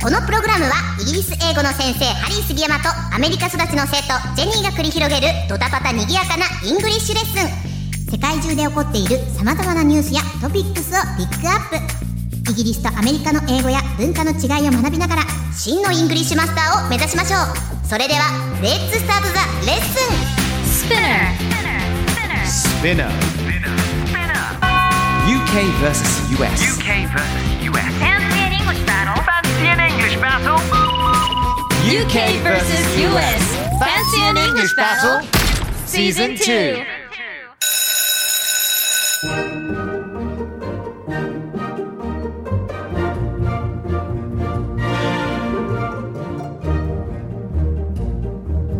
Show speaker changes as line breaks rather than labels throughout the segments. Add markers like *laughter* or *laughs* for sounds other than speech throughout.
このプログラムはイギリス英語の先生ハリー杉山とアメリカ育ちの生徒ジェニーが繰り広げるドタパタにぎやかなイングリッシュレッスン世界中で起こっている様々なニュースやトピックスをピックアップイギリスとアメリカの英語や文化の違いを学びながら真のイングリッシュマスターを目指しましょうそれではレッツスタートザレッスン
Spinner. UK versus US.
UK versus US. Fancy an English battle. Fancy an English battle.
Fancy
UK versus US.
an English battle?
Season 2.
Hmm?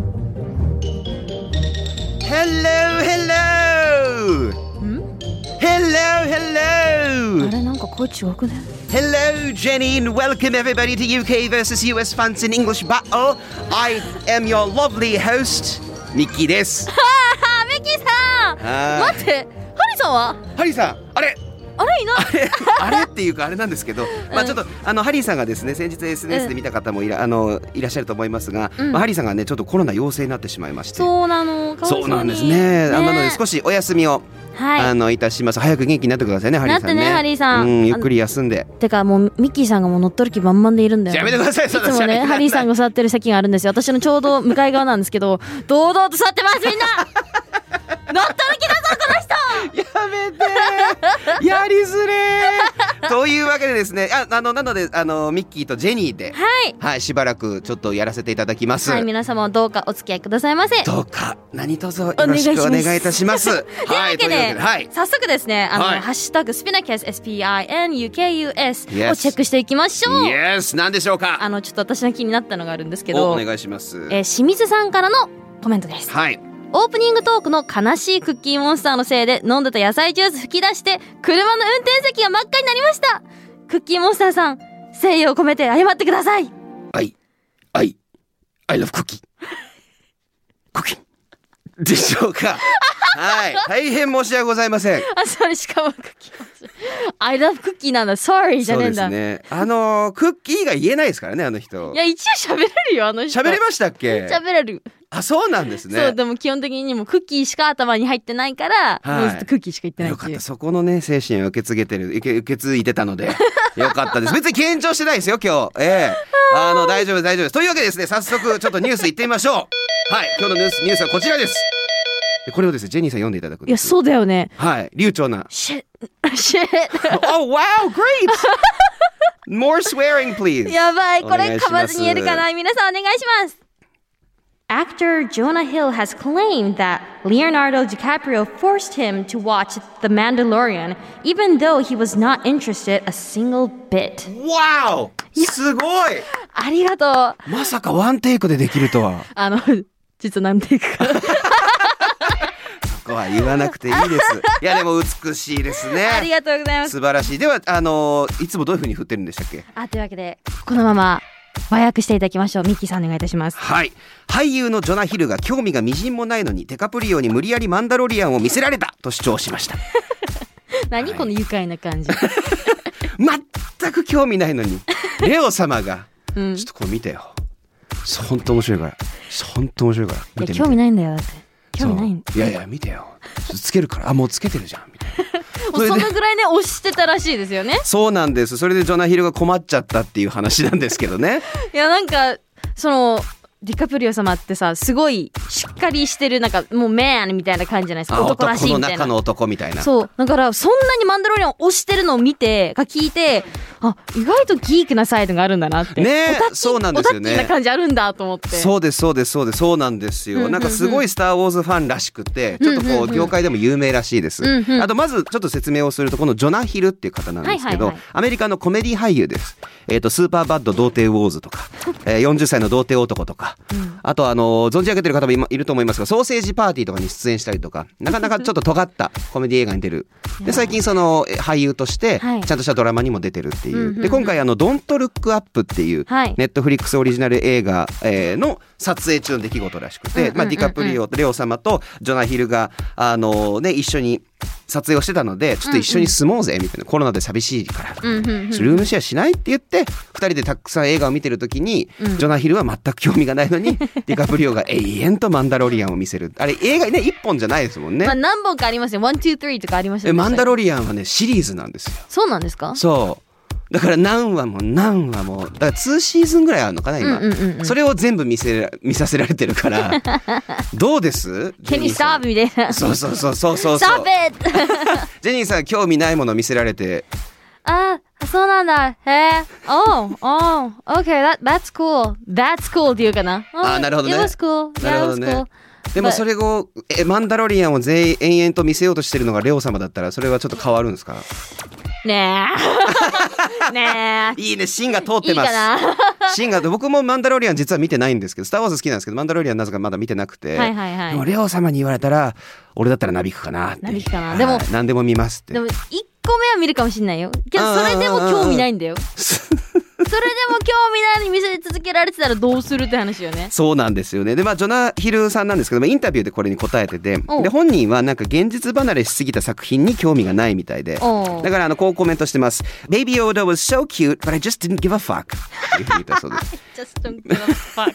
あれなんか声違くね
Hello, Jenny, and welcome everybody to UK versus US Fancy in English Battle. I am your lovely host, Nikki
*laughs*
Ah. です。
あーミキさん
は
待ってハリさんは
ーいハリーさん、あれ
あれいない
あれあれ *laughs* っていうかあれなんですけど、まあちょっとあのハリーさんがですね先日 SNS で見た方もいら,、あのいらっしゃると思いますが、まあ、ハリーさんがねちょっとコロナ陽性になってしまいまして
そうなのかわい
そう
に
なんですねあなので少しお休みを、
は
あ
い
のいたします早く元気になってくださいねハリーさんね
なってねハリーさん
うんゆっくり休んで
てかもうミッキーさんがもう乗っ取る気満々でいるんだよ
やめてくださいそんない
つも
喋りな
ね
さい
ハリーさんが座ってる席があるんですよ私のちょうど向かい側なんですけど堂々と座ってます
*laughs*
みんな乗っ取る気だぞこの人
やめてやりづれー *laughs* というわけでですねああのなのであのミッキーとジェニーでは
はい
しばらくちょっとやらせていただきます、
はい皆様どうかお付き合いくださいませ
どうか何卒よろしくお願いいたします。
*laughs* というわ
はい、
け
と
で、
いうわけで、はい。
早速ですね、あの、
はい
ハッシュタグスピナキャス SPINUKUS
Yes
をチェックしていきましょう。
イエス、なんでしょう
あ
か。
の、ちょっと私の気になったのがあるんですけ
お
ど、
お願いします。
えー清水さんからのコメントです。
はい。
オープニングトークの悲しいクッキーモンスターのせいで飲んでた野菜ジュース吹き出して、車の運転席が真っ赤になりました。クッキーモンスターさん、誠意を込めて謝ってください。
はい。はい。I love cookie。クッキー。でしょう
*laughs*
か。はい。大変申し訳ございません。
あ、それしかもクッキーモンスター。I love クッキーなんだ。Sorry じゃ
そう
ねえ
で
んだ。
すね。あのー、クッキーが言えないですからね、あの人
い。や、一応喋れるよ、あの人。
喋れましたっけ
喋れる。
あ、そうなんです
そう
ね。
でも基本的にもうクッキーしか頭に入ってないから、
はい
もうずっとクッキーしか言ってない
よ
って
か
い
っ
う
た。。そこのね、精神を受け継げてる、受け、受け継いでたの
*laughs*
で、よかったです。別に緊張してないですよ、今日。ええあの、大丈夫です、大丈夫です。というわけでですね、早速、ちょっとニュース行ってみまし
*laughs*
ょう。はい、今日のニュース、ニュースはこちらです。でこれをですね、ジェニーさん読んでいただくん
い
で
や、
す。
そうだよね。 *laughs*
はい、流暢な。
シェッ、シェッ。
oh, wow, great! *laughs* More swearing, please!
やばい、こ
お願
れ
いします
噛まずに言えるかな皆さんお願いします Actor Jonah Hill has claimed that Leonardo DiCaprio forced him to watch The Mandalorian, even though he was not interested a single bit.
Wow! すごい
ありがとう。
まさかワンテイクでできると
*laughs*
は。
あの、実は何ていうか。
*laughs* ここは言わなくていいです。いや、でも美しいですね。
ありがとうございま
*laughs*
す。
素晴らしい。では、あのーいつもどういうふうに振ってるんでしたっけ
あ、というわけで、このまま和訳していただきましょう。ミッキーさんお願いいたします。
はい。俳優のジョナ・ヒルが興味がみじんもないのに、デカプリオに無理やりマンダロリアンを見せられたと主張しま *laughs* した。
*laughs* 何この愉快な感じ。
全く興味ないのに、レオ様が、ちょっとこれ見てよ。本当面白いから。本当面白いから。見
い
て
や、
見て
興味ないんだよ、だって。興味ないん
そういやいや、見てよ。つけるから。あ、もうつけてるじゃん。みたいな。
もうそのぐらいね、押してたらしいですよね。
そうなんです。それでジョナ・ヒルが困っちゃったっていう話なんですけど *laughs* ね。
いや、なんか、その、ディカプリオ様ってさ、すごいしっかりしてる、なんか、もうメンみたいな感じじゃないです
あ
か。男らしい
の
みたい
中の
な。
男みたいな。
そう。だから、そんなにマンダロリアン押してるのを見て、が聞いて、あ意外とギークなサイドがあるんだなって
ねえ
オタッキー
そうなんですよね
オタッキーな感じあるんだと思って
そうですそうですそうですそうなんですよ、なんかすごい「スター・ウォーズ」ファンらしくてちょっとこう業界でも有名らしいです、
うんうん
あとまずちょっと説明をするとこのジョナ・ヒルっていう方なんですけど、
はいはいはい
アメリカのコメディ俳優です「えー、とスーパーバッド童貞ウォーズ」とか「えー40歳の童貞男」とか、あとあの存じ上げてる方も今いると思いますが「ソーセージパーティー」とかに出演したりとかなかなかちょっと尖ったコメディ映画に出るで最近そのえー俳優として
はい
ちゃんとしたドラマにも出てるっていう、
うんうんう
で
ん
今回あの「ドント・ルック・アップ」っていう
はい
ネットフリックスオリジナル映画、えーの撮影中の出来事らしくて、まあ、ディカプリオ、レオ様とジョナヒルが、あのね、一緒に撮影をしてたので、ちょっと一緒に住もうぜ、みたいな、コロナで寂しいから、
うんうんうん
ルームシェアしないって言って、二人でたくさん映画を見てる時に、ジョナヒルは全く興味がないの
*laughs*
に、ディカプリオが永遠とマンダロリアンを見せる。あれ、映画ね、一本じゃないですもんね。
まあ、何本かありますよワンツースリーとかありました
え
よね
マンダロリアンはね、シリーズなんですよ。
そうなんですか
そう。だから何話も何話も、だから2シーズンぐらいあるのかな、今。
うんうんうん
それを全部見せら、見させられてる
*laughs*
から、どうですジェ
Can you
ニーさ
stop? *laughs*
ん
みたいな
そうそうそうそうそうそう
Stop it!
ジェニーさん興味ないもの見せられて
あそうなんだへえ Oh oh Okay that, that's cool That's cool って言うかな
あ
Oh,
なるほどね
It was cool
なる
Yeah
ほ
it
ど
was
ね
cool
でもそれをえマンダロリアンを全員延々と見せようとしてるのがレオ様だったらそれはちょっと変わるんですか
ね
*laughs*
えね
いいね芯が通っ
え
て
いい
ます
かな
芯が僕もマンダロリアン実は見てないんですけどスター・ウォーズ好きなんですけどマンダロリアンなぜかまだ見てなくて、
はいはいはい
でもレオ様に言われたら俺だったらなびくかなって
なびくかな
はい
でも
何でも見ますって
でも1個目は見るかもしれないよけどそれでも興味ないん
*laughs*
だよそれでも興味ないのに見せ続けられてたらどうするって話よね
そうなんですよね。で、まあ、ジョナ・ヒルさんなんですけども、インタビューでこれに答えてて、
おう
で、本人はなんか現実離れしすぎた作品に興味がないみたいで、
おう
だからあの、こうコメントしてます。Baby Yoda was so cute, but I just didn't give a fuck. っていうふうに言ったそう
*laughs*
です。
Just don't give a fuck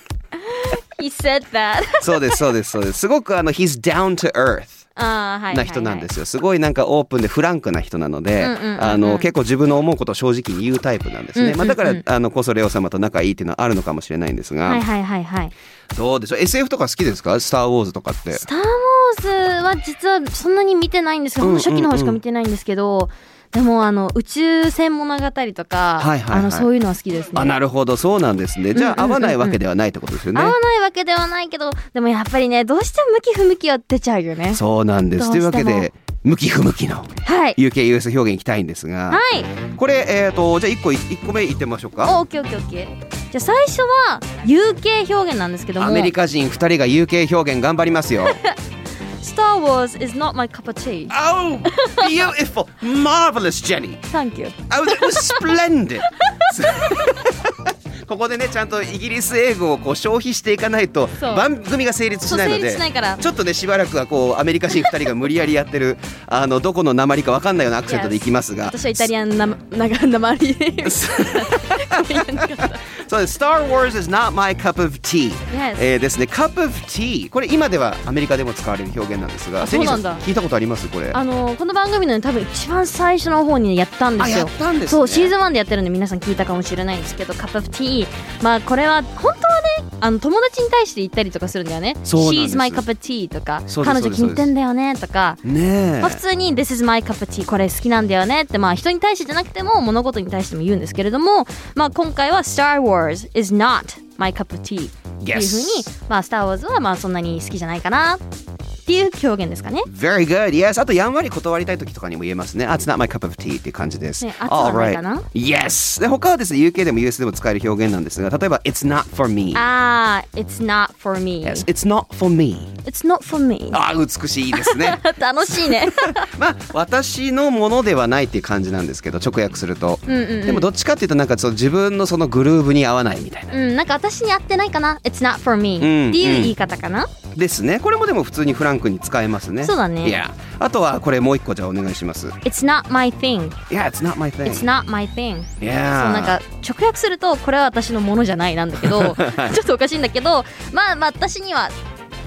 *laughs* He said that *laughs*
そうです、そうです、そうです。すごくあの、he's down to earth
あーはいはいはい
な人なんですよ。すごいなんかオープンでフランクな人なので、
うんうんうんうん
あの、結構自分の思うことを正直に言うタイプなんですね。
うんうんうん
まあ、だから、あの、こそレオ様と仲いいっていうのはあるのかもしれないんですが、
はいはいはいはい
どうでしょう ?SF とか好きですかスター・ウォーズとかって。
スター・ウォーズは実はそんなに見てないんですけど、
うんうんうん
初期の方しか見てないんですけど、でもあの宇宙船物語とか、
はいはいはい
あのそういうのは好きですね。
あなるほどそうなんですねじゃあ合わないわけではないってことですよね、
合わないわけではないけど、でもやっぱりね、どうしても向き不向きは出ちゃうよね。
そうなんですと
どう
い
し
う
て
わ
も
けで向き不向きの
はい。
UKUS 表現いきたいんですが、
はい。
これえっ、とじゃあ1個い一個目いってみましょうか
お、オッケーオッケーオッケー。じゃあ最初は UK 表現なんですけども、
アメリカ人2人が UK 表現頑張りますよ
Star Wars is not my cup of tea.
*laughs* Oh beautiful marvelous Jenny
Thank you.
Oh that was splendid *laughs* ここでねちゃんとイギリス英語をこう消費していかないと
そう
番組が成立しないの
そう成
で
立しないから
ちょっとねしばらくはこうアメリカ人2人が無理やりやって
*laughs*
るあのどこの鉛か分かんないようなアクセントでいきますが
私はイタリアンな、 *laughs* なが、な
*laughs*
まりで言う。
そうです。Star Wars is not my cup of tea、
Yes
えーですね。Cup of tea これ今ではアメリカでも使われる表現なんですが、
あそうなん
ジェニー
だ
さ聞いたことありますこれ。
あのこの番組のね多分一番最初の方にねやったんですよ。
あやったんですね
そうシーズン1でやってるんで皆さん聞いたかもしれないんですけど「カップオブティー」まあこれは本当はねあの友達に対して言ったりとかするんだよね「
そうなんです
She's my cup of tea」とか
そうです
彼女気に入ってんだよね」とか。
ねえ
まあ、普通に「This is my cup of tea」これ好きなんだよねってまあ人に対してじゃなくても物事に対しても言うんですけれども、まあ、今回は「Star Wars is not my cup of tea」っていう
Yes
ふうに「まあ、Star Wars」はまあそんなに好きじゃないかなっていう表現ですかね。
Very good. Yes. あとやんわり断りたい時とかにも言えますね。あ It's not my cup of tea っていう感じです。
ね熱はないかな
Alright. Yes. で他はですね UK でも US でも使える表現なんですが、例えば It's not for me。
ああ、It's not for me.
Yes. It's not for me。
It's not for me.
ああ美しいです *laughs* ね。
楽しいね。
まあ私のものではないっていう感じなんですけど直訳すると、でもどっちかっていうとなんかその自分のそのグルーブに合わないみたいな、
うん、なんか私に合ってないかな。It's not for me. って
うん
いう言い方かな。
ですねこれもでも普通にフランクに使えますね
そうだね
いやあとはこれもう一個じゃあお願いします
It's not my thing.
Yeah it's not my thing
It's not my thing.
い
そうなん
や
か直訳するとこれは私のものじゃないなんだ
*laughs*
けどちょっとおかしいんだけどまあまあ私には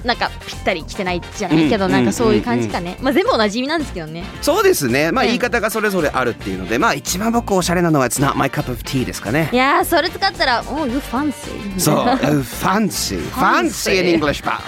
なんかぴったり来てないじゃないけど、
うん
なんかそういう感じかね、まあ全部同じ意味なんですけどね
そうですねまあ
うん
言い方がそれぞれあるっていうのでまあ一番僕おしゃれなのは It's not my cup of tea ですかね
いやーそれ使ったら「Oh you fancy」 *laughs*
そう、fancy, fancy in English battle、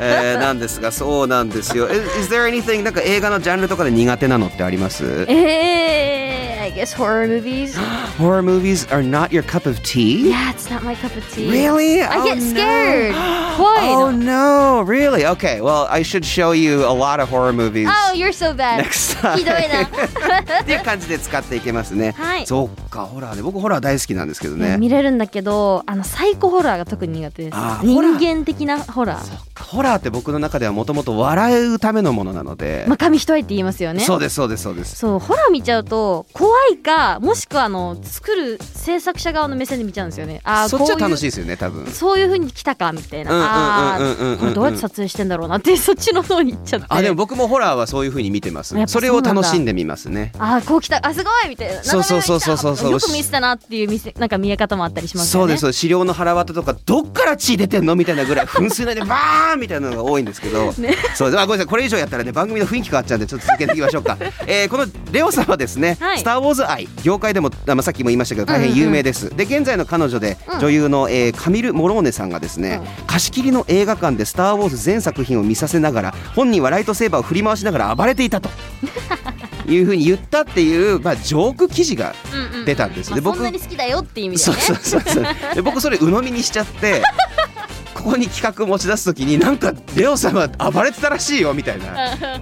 えー、なんですが、そうなんですよ。Is, is there anything なんか映画のジャンルとかで苦手なのってあります？
ええー、I guess horror movies.
*gasps* Horror movies are not your cup of tea?
yeah, it's not my cup of tea.
Really?
I
Oh,
get
no.
scared.
Oh
Why?
no, really? Okay, well, I should show you a lot of horror movies.
Oh, you're so bad.
next time
*laughs* ひどいな
っていう感じで使っていけますね。
はい
そっか、ホラーね。僕ホラー大好きなんですけど *laughs* ね。
見れるんだけど、あのサイコホラーが特に苦手です
あ。ーホラー
人間的なホラー。
ホラーって僕の中ではもともと笑うためのものなので。
まあ、紙一重って言いますよね。
そうですそうですそうです。
そうホラー見ちゃうと怖いかもしくはあの作る制作者側の目線で見ちゃうんですよねああ
そっちは楽しい
い
ですよね、多分。
そういう風に来たかみたいな、
うんうん
あ
うんうんうんうん
あこれどうやって撮影してんだろうなってそっちの方に行っちゃって
あ、でも僕もホラーはそういう風に見てます
やっ。ぱ
それを楽しんでみますね。
ああこう来たあすごいみたいな
そうそうそうそうそうそう
なかなか来たよく見せたなっていう見せなんか見え方もあったりします
そ
よ
うで
ね
すそうです資料の腹渡とかどっから血出てんのみたいなぐらい噴水内でバーンみたいなのが多いんですけ
*laughs*
ど、そうですあごめんなさいこれ以上やったらね番組の雰囲気変わっちゃうんでちょっと続けていきましょ
*laughs*
うか、えーこのレオさんはですね「
はい
スター・ウォーズ愛」業界でも、あまあ、さっきも言いましたけど大変有名です、で現在の彼女で女優の、えーカミル・モローネさんがですね、貸し切りの映画館で「スター・ウォーズ」全作品を見させながら本人はライトセーバーを振り回しながら暴れていたというふうに言ったっていう、まあ、ジョーク記事が出たんです、
ま
で
あ、そんなに好きだよっていう意味で
そう
ね
そうそうそうで僕それ鵜呑みにしちゃって
*laughs*
ここに企画持ち出す時になんかレオ様暴れてたらしいよみたい
*laughs*
な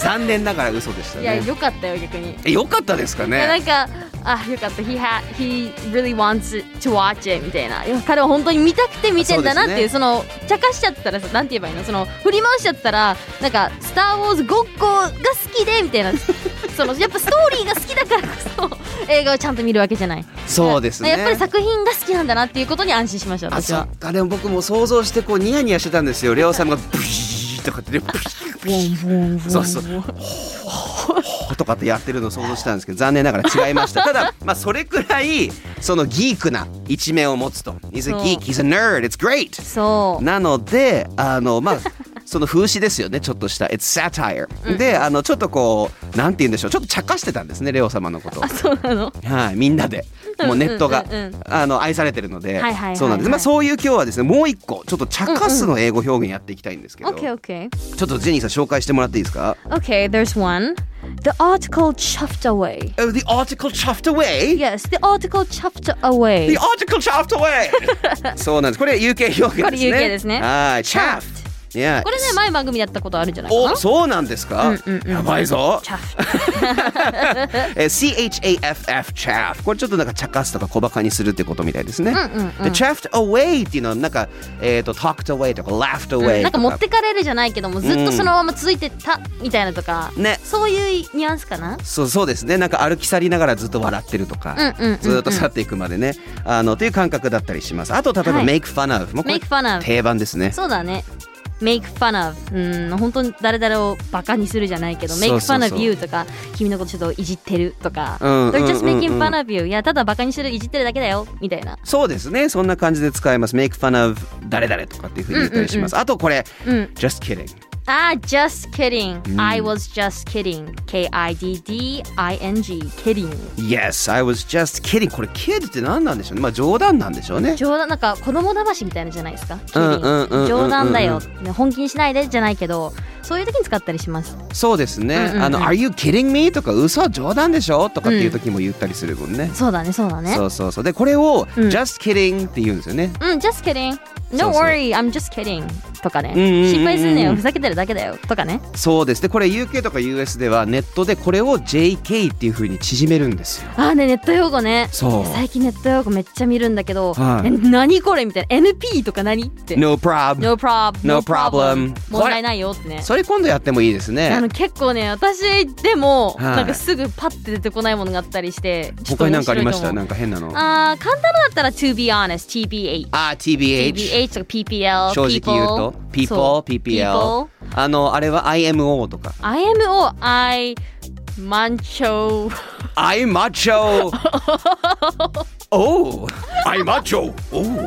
残念ながら嘘でした
いや
ね
よかったよ逆に、
えよかったですか
いやな
ね
んかあよかった he, ha he really wants to watch it みたいないや彼は本当に見たくて見てんだなっていうその茶化しちゃったらさなんて言えばいいのその振り回しちゃったらなんか「スター・ウォーズ」ごっこが好きでみた
*laughs*
いなそのやっぱストーリーが好きだからこそ映画をちゃんと見るわけじゃない
そうですね
やっぱり作品が好きなんだなっていうことに安心しました
あ
私
そ
は
っかでも僕も想像してこうニヤニヤしてたんですよレオ様がブイーとかってブイーブイーそうそうほーほーとかってやってるのを想像してたんですけど残念ながら違いましたただまあそれくらいそのギークな一面を持つと He's a
そう
geek, he's a nerd, it's great
そう
なのであのまあその風刺ですよねちょっとした It's satire、であのちょっとこうなんて言うんでしょうちょっと茶化してたんですねレオ様のことを
そうなの
はい、みんなでもうネットが、
うんうんうんうん
あの愛されてるので、
はいはいはいはい
そうなんです、まあ、そういう今日はですねもう一個ちょっと茶化すの英語表現やっていきたいんですけど、ち
*laughs* Okay, okay.
ょっとジェニーさん紹介してもらっていいですか
Okay, there's one. The article chuffed away.
Oh, the article chuffed away?
Yes, the article chuffed away.
The article chuffed away! *laughs* そうなんです。これ UK 表現ですね。
これ UK です
は
ね
い、chuffed。いや、
これね前番組やったことあるんじゃないか
お、
な
そうなんですか、やばいぞ。
Chuffed
*laughs* えー CHAFF chaff これちょっとなんか茶化すとか小バカにするってことみたいですね、で chaffed away っていうのはなんかえっ、と talked away とか laughed away
なん
とか、
か持ってかれるじゃないけどもずっとそのまま続いてたみたいなとか、
ね
そういうニュアンスかな
そうそうですねなんか歩き去りながらずっと笑ってるとか、
うんうんうんうん
ずっと去っていくまでねあのという感覚だったりしますあと例えば、
はい
make fun of もうこれ
Make fun of
定番ですね
そうだね Make fun of うん本当に誰々をバカにするじゃないけど
そうそう
Make
そう
fun of you とか君のことちょっといじってるとか
うんうんうん
They're just making fun of you いやただバカにしてるいじってるだけだよみたいな
そうですねそんな感じで使えます make fun of 誰々とかっていうふうに言ったりします、あとこれ、just kidding
あー just kidding、I was just kidding K-I-D-D-I-N-G kidding
yes I was just kidding これ kid って何なんでしょうねまあ冗談なんでしょうね
冗談なんか子供だましみたいなのじゃないですか、
うんうんうんうんうん
冗談だよ、ね本気にしないでじゃないけどそういう時に使ったりします
そうですね、あの「Are you kidding me?」とか「嘘冗談でしょ?」とかっていう時も言ったりするもんね、
そうだねそうだね
そうそうそうでこれを「just kidding」って言うんですよね、
うん just kidding
そ
don't
うそう
worry I'm just kidding とかね
んうんうんうん
心配すんなよふざけてるだけだよとかね
そうですでこれ UK とか US ではネットでこれを JK っていう風に縮めるんですよ
あーねネット用語ね
そう
最近ネット用語めっちゃ見るんだけど、
はい
え何これみたいな NP とか何って、
No problem
No prob-
No
no
problem
problem 問題ないよってね
それ今度やってもいいです
あ
ね
の結構ね私でも、
はい
なんかすぐパッて出てこないものがあったりしてちょっと
他に何かありまし
面白い
た
と思
な
う
んか変なのあ
あー簡単なのだったら To be honest
ー
TBH
TBH
TBH とか PPL
正直言うと People
そう
PPL あのあれは IMO とか
IMO I マンチ *laughs* ョ
I macho Oh I macho Oh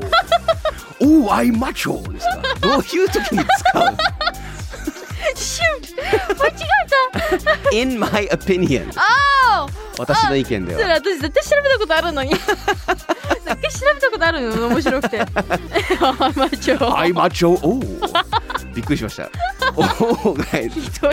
Oh I macho ですかどういう時に使う
シュッ間違えた
In my opinion
あー
私の意見で
そ
は
れ私絶対調べたことあるのに *laughs* 絶対調べたことある *laughs* の面白くてマンチョ
I macho おおびっくりしましたおおが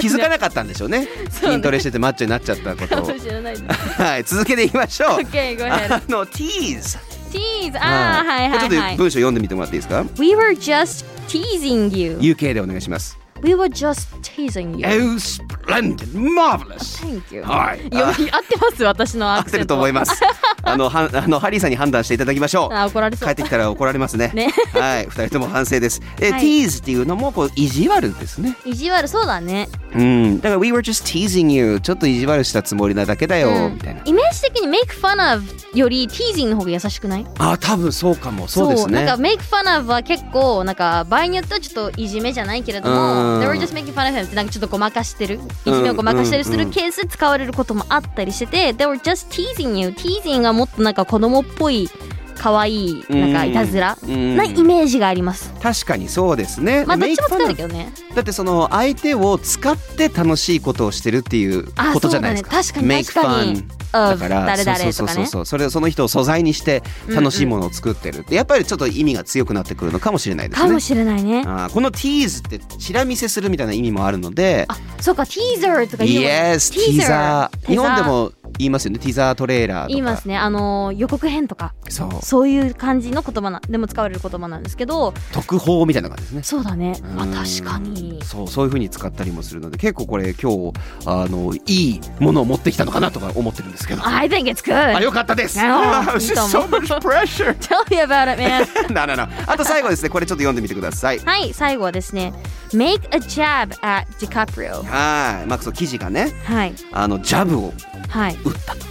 気づかなかったんでしょうね筋トレしててマッチョになっちゃったこと
か
を
もしれないです。
はい続けていきましょう
Okay, go ahead.
あのティーズ
Tease. Ah, はい
こ
は
れち
い
ょっ
は
と
い。
文章読んでみてもらっていいですか
We were just teasing you.
UK でお願いします
We were just teasing you.
Oh splendid marvelous
Thank you.
はい
よ合ってます私のア
合っ
ク
て
セン
ると
ト
思い
*laughs*
ます。あの、はんあのハリーさんに判断していただきましょ
あ
う。
怒られそう
帰ってきたら怒られますね。
ね
はい、二人とも反省です。え、
はい
ティーズっていうのもこう意地悪ですね。
意地悪そうだね、
うん、だから we were just teasing you ちょっと意地悪したつもりなだけだよ、みたいな。
イメージ的に make fun of より teasing の方が優しくない
あ、多分そうかも。そうですね。
なんか make fun of は結構なんか場合によってはちょっといじめじゃないけれども
うん
they were just making fun of him ってなんかちょっとごまかしてるいじめをごまかしたりするケースで使われることもあったりしてて they were just teasing you teasing がもっとなんか子供っぽい可愛いなんかいたずら
うん
なイメージがあります
確かにそうですね。
まあどっち
make
も使
fun
え
of
るけどね
だってその相手を使って楽しいことをしてるっていう
あ
ことじゃないですか。
そうだね確か
Make
に確かに
fun
of
だから
誰々
そうそう
とか
そう
ね
そうそれその人を素材にして楽しいものを作ってるって、やっぱりちょっと意味が強くなってくるのかもしれないです
か
ね。
もしれないね
あーこのティーズってチラ見せするみたいな意味もあるので、
そうかティーザーとか言うのね
Yes ティーザー。
ティ
日
ザー
本でも言いますよね。ティーザートレーラーとか。
言いますねあのー予告編とか
そう。
そういう感じの言葉なでも使われる言葉なんですけど
特報みたいな感じですね。
そうだねあ
うん
確かに
そうそういう風に使ったりもするので結構これ今日あのいいものを持ってきたのかなとか思ってるんですけど
I think it's
あ
good
よかったです。
なるほど
It's just *laughs* so much pressure.
Tell me about it
*laughs*
man
ななな。あと最後ですね。これちょっと読んでみてください。
はい最後はですね Make a jab at DiCaprio
はい。まあそう記事がね、
はい
あのジャブを
はい
打ったと。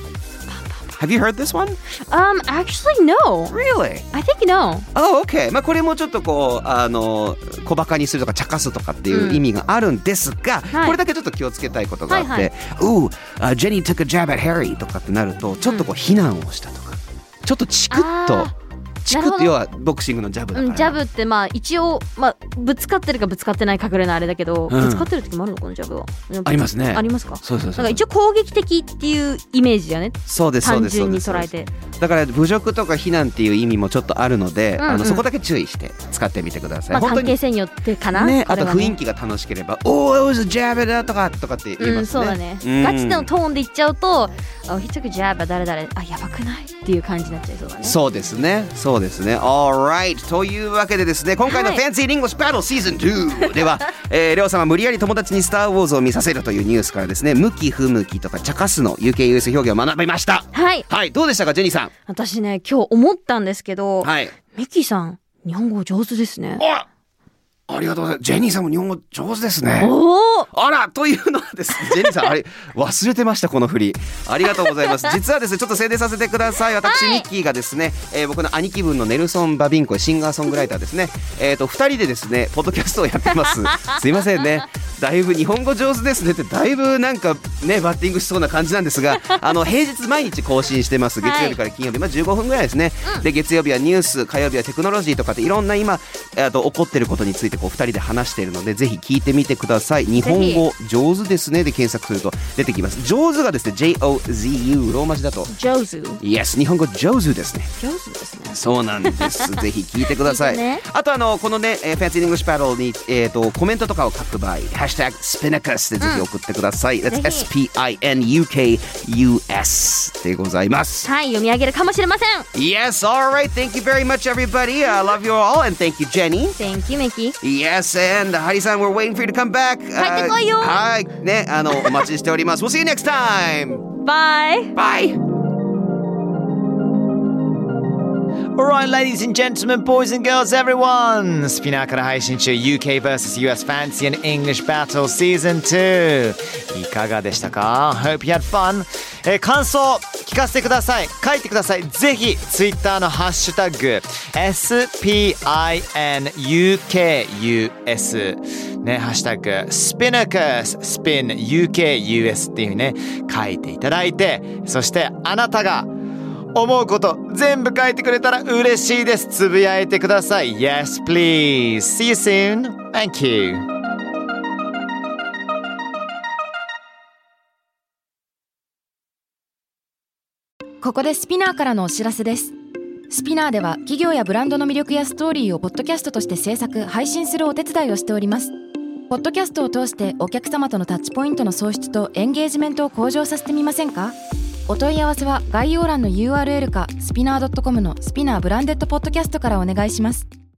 Have you heard this one?
Um actually no
Really?
I think no
Oh, okay. まあこれもちょっとこうあの小バカにするとか茶化すとかっていう意味があるんですが、
はい
これだけちょっと気をつけたいことがあって、
はいはい
Ooh, uh, Jenny took a jab at Harry とかってなるとちょっとこう非難をしたとか、ちょっとチクッ
あ
とチク
な
ッ
るほ
と
ど
要はボクシングのジャブだか
う
ら、
んジャブってまあ一応まあぶつかってるかぶつかってないかぐらいのあれだけど
うん
ぶつかってる時もあるのかなジャブは
ありますね。
ありますか
そうそうそ
な
うん
か一応攻撃的っていうイメージだね
そうですそう
単
ですそ
純
うで
に
すそう
捉
で
え
す
て
だから侮辱とか非難っていう意味もちょっとあるので、
んうん
あのそこだけ注意して使ってみてください。
まあ
本当
関
に
係性によってかな
ね、あと雰囲気
気
が楽しければ「おお it was a jab だ」とかとかって言いうま
ん、
す
そ
ね。
うだね、
うん
ガチのトーンで言っちゃうと「あひとくジャブ誰々あやばくない?」っていう感じになっちゃいそうだね
そうですね。そうですね。Alright. というわけでですね、今回の
はい
Fancy Linguish Battle Season 2で
*laughs*
は、えー、りょうさんは無理やり友達にスター・ウォーズを見させるというニュースからですね、向き不向きとか茶化すの UKUS 表現を学びました。
はい
はい。どうでしたか、ジェニーさん。
私ね今日思ったんですけど、
はい。
ミキさん日本語上手ですね
あありがとうございます。ジェニーさんも日本語上手ですね。
おお
あらというのはですね、ジェニーさん、あれ、忘れてました、この振り。ありがとうございます。実はですね、ちょっと宣伝させてください。私、ミッキーがですね、えー僕の兄貴分のネルソン・バビンコ、シンガーソングライターですね。えっと、二人でですね、ポッドキャストをやってます。すいませんね。だいぶ日本語上手ですねって、だいぶなんかね、バッティングしそうな感じなんですが、あの、平日毎日更新してます。月曜日から金曜日、まあ15分ぐらいですね。で、月曜日はニュース、火曜日はテクノロジーとかって、いろんな今、えーと、起こってることについて、こう、二人で話しているので、ぜひ聞いてみてください。日本語上手ですねで検索すると出てきます上手がですね JOZU ローマ字だと
上手上手
Yes 日本語上手ですね
ですね
そうなんです *laughs* ぜひ聞いてください
聞いてね
あとあのこのね「えー Fancy English Battle に」えーとコメントとかを書く場合「ハッシュタグスピナカス」でぜひ送ってください、That's
ぜ
SPINUKUS でございます
はい読み上げるかもしれません
Yes alright thank you very much everybody I love you all and thank you Jenny
Thank you ミキ
Yes, and ハリーさん、we're waiting for you to come back. Uh,
帰ってこいよ
あーはい、ね、あの、お待ちしております。we'll see you next time!
Bye
Bye!
Alright, ladies and gentlemen, boys and girls, everyone! スピナーから配信中 UK vs.US Fancy and English Battle Season 2! いかがでしたか ?Hope you had fun! えー感想聞かせてください書いてくださいぜひ Twitter のハッシュタグ SPINUKUS ね、ハッシュタグ SPINUKUS SPINUKUS っていうね書いていただいてそしてあなたが思うこと全部書いてくれたら嬉しいですつぶやいてください Yes please See you soon Thank you
Spotify ここでスピナーからのお知らせですスピナーでは企業やブランドの魅力やストーリーをポッドキャストとして制作配信するお手伝いをしておりますポッドキャストを通してお客様とのタッチポイントの創出とエンゲージメントを向上させてみませんかお問い合わせは概要欄の URL かスピナー .com のスピナーブランデッドポッドキャストからお願いします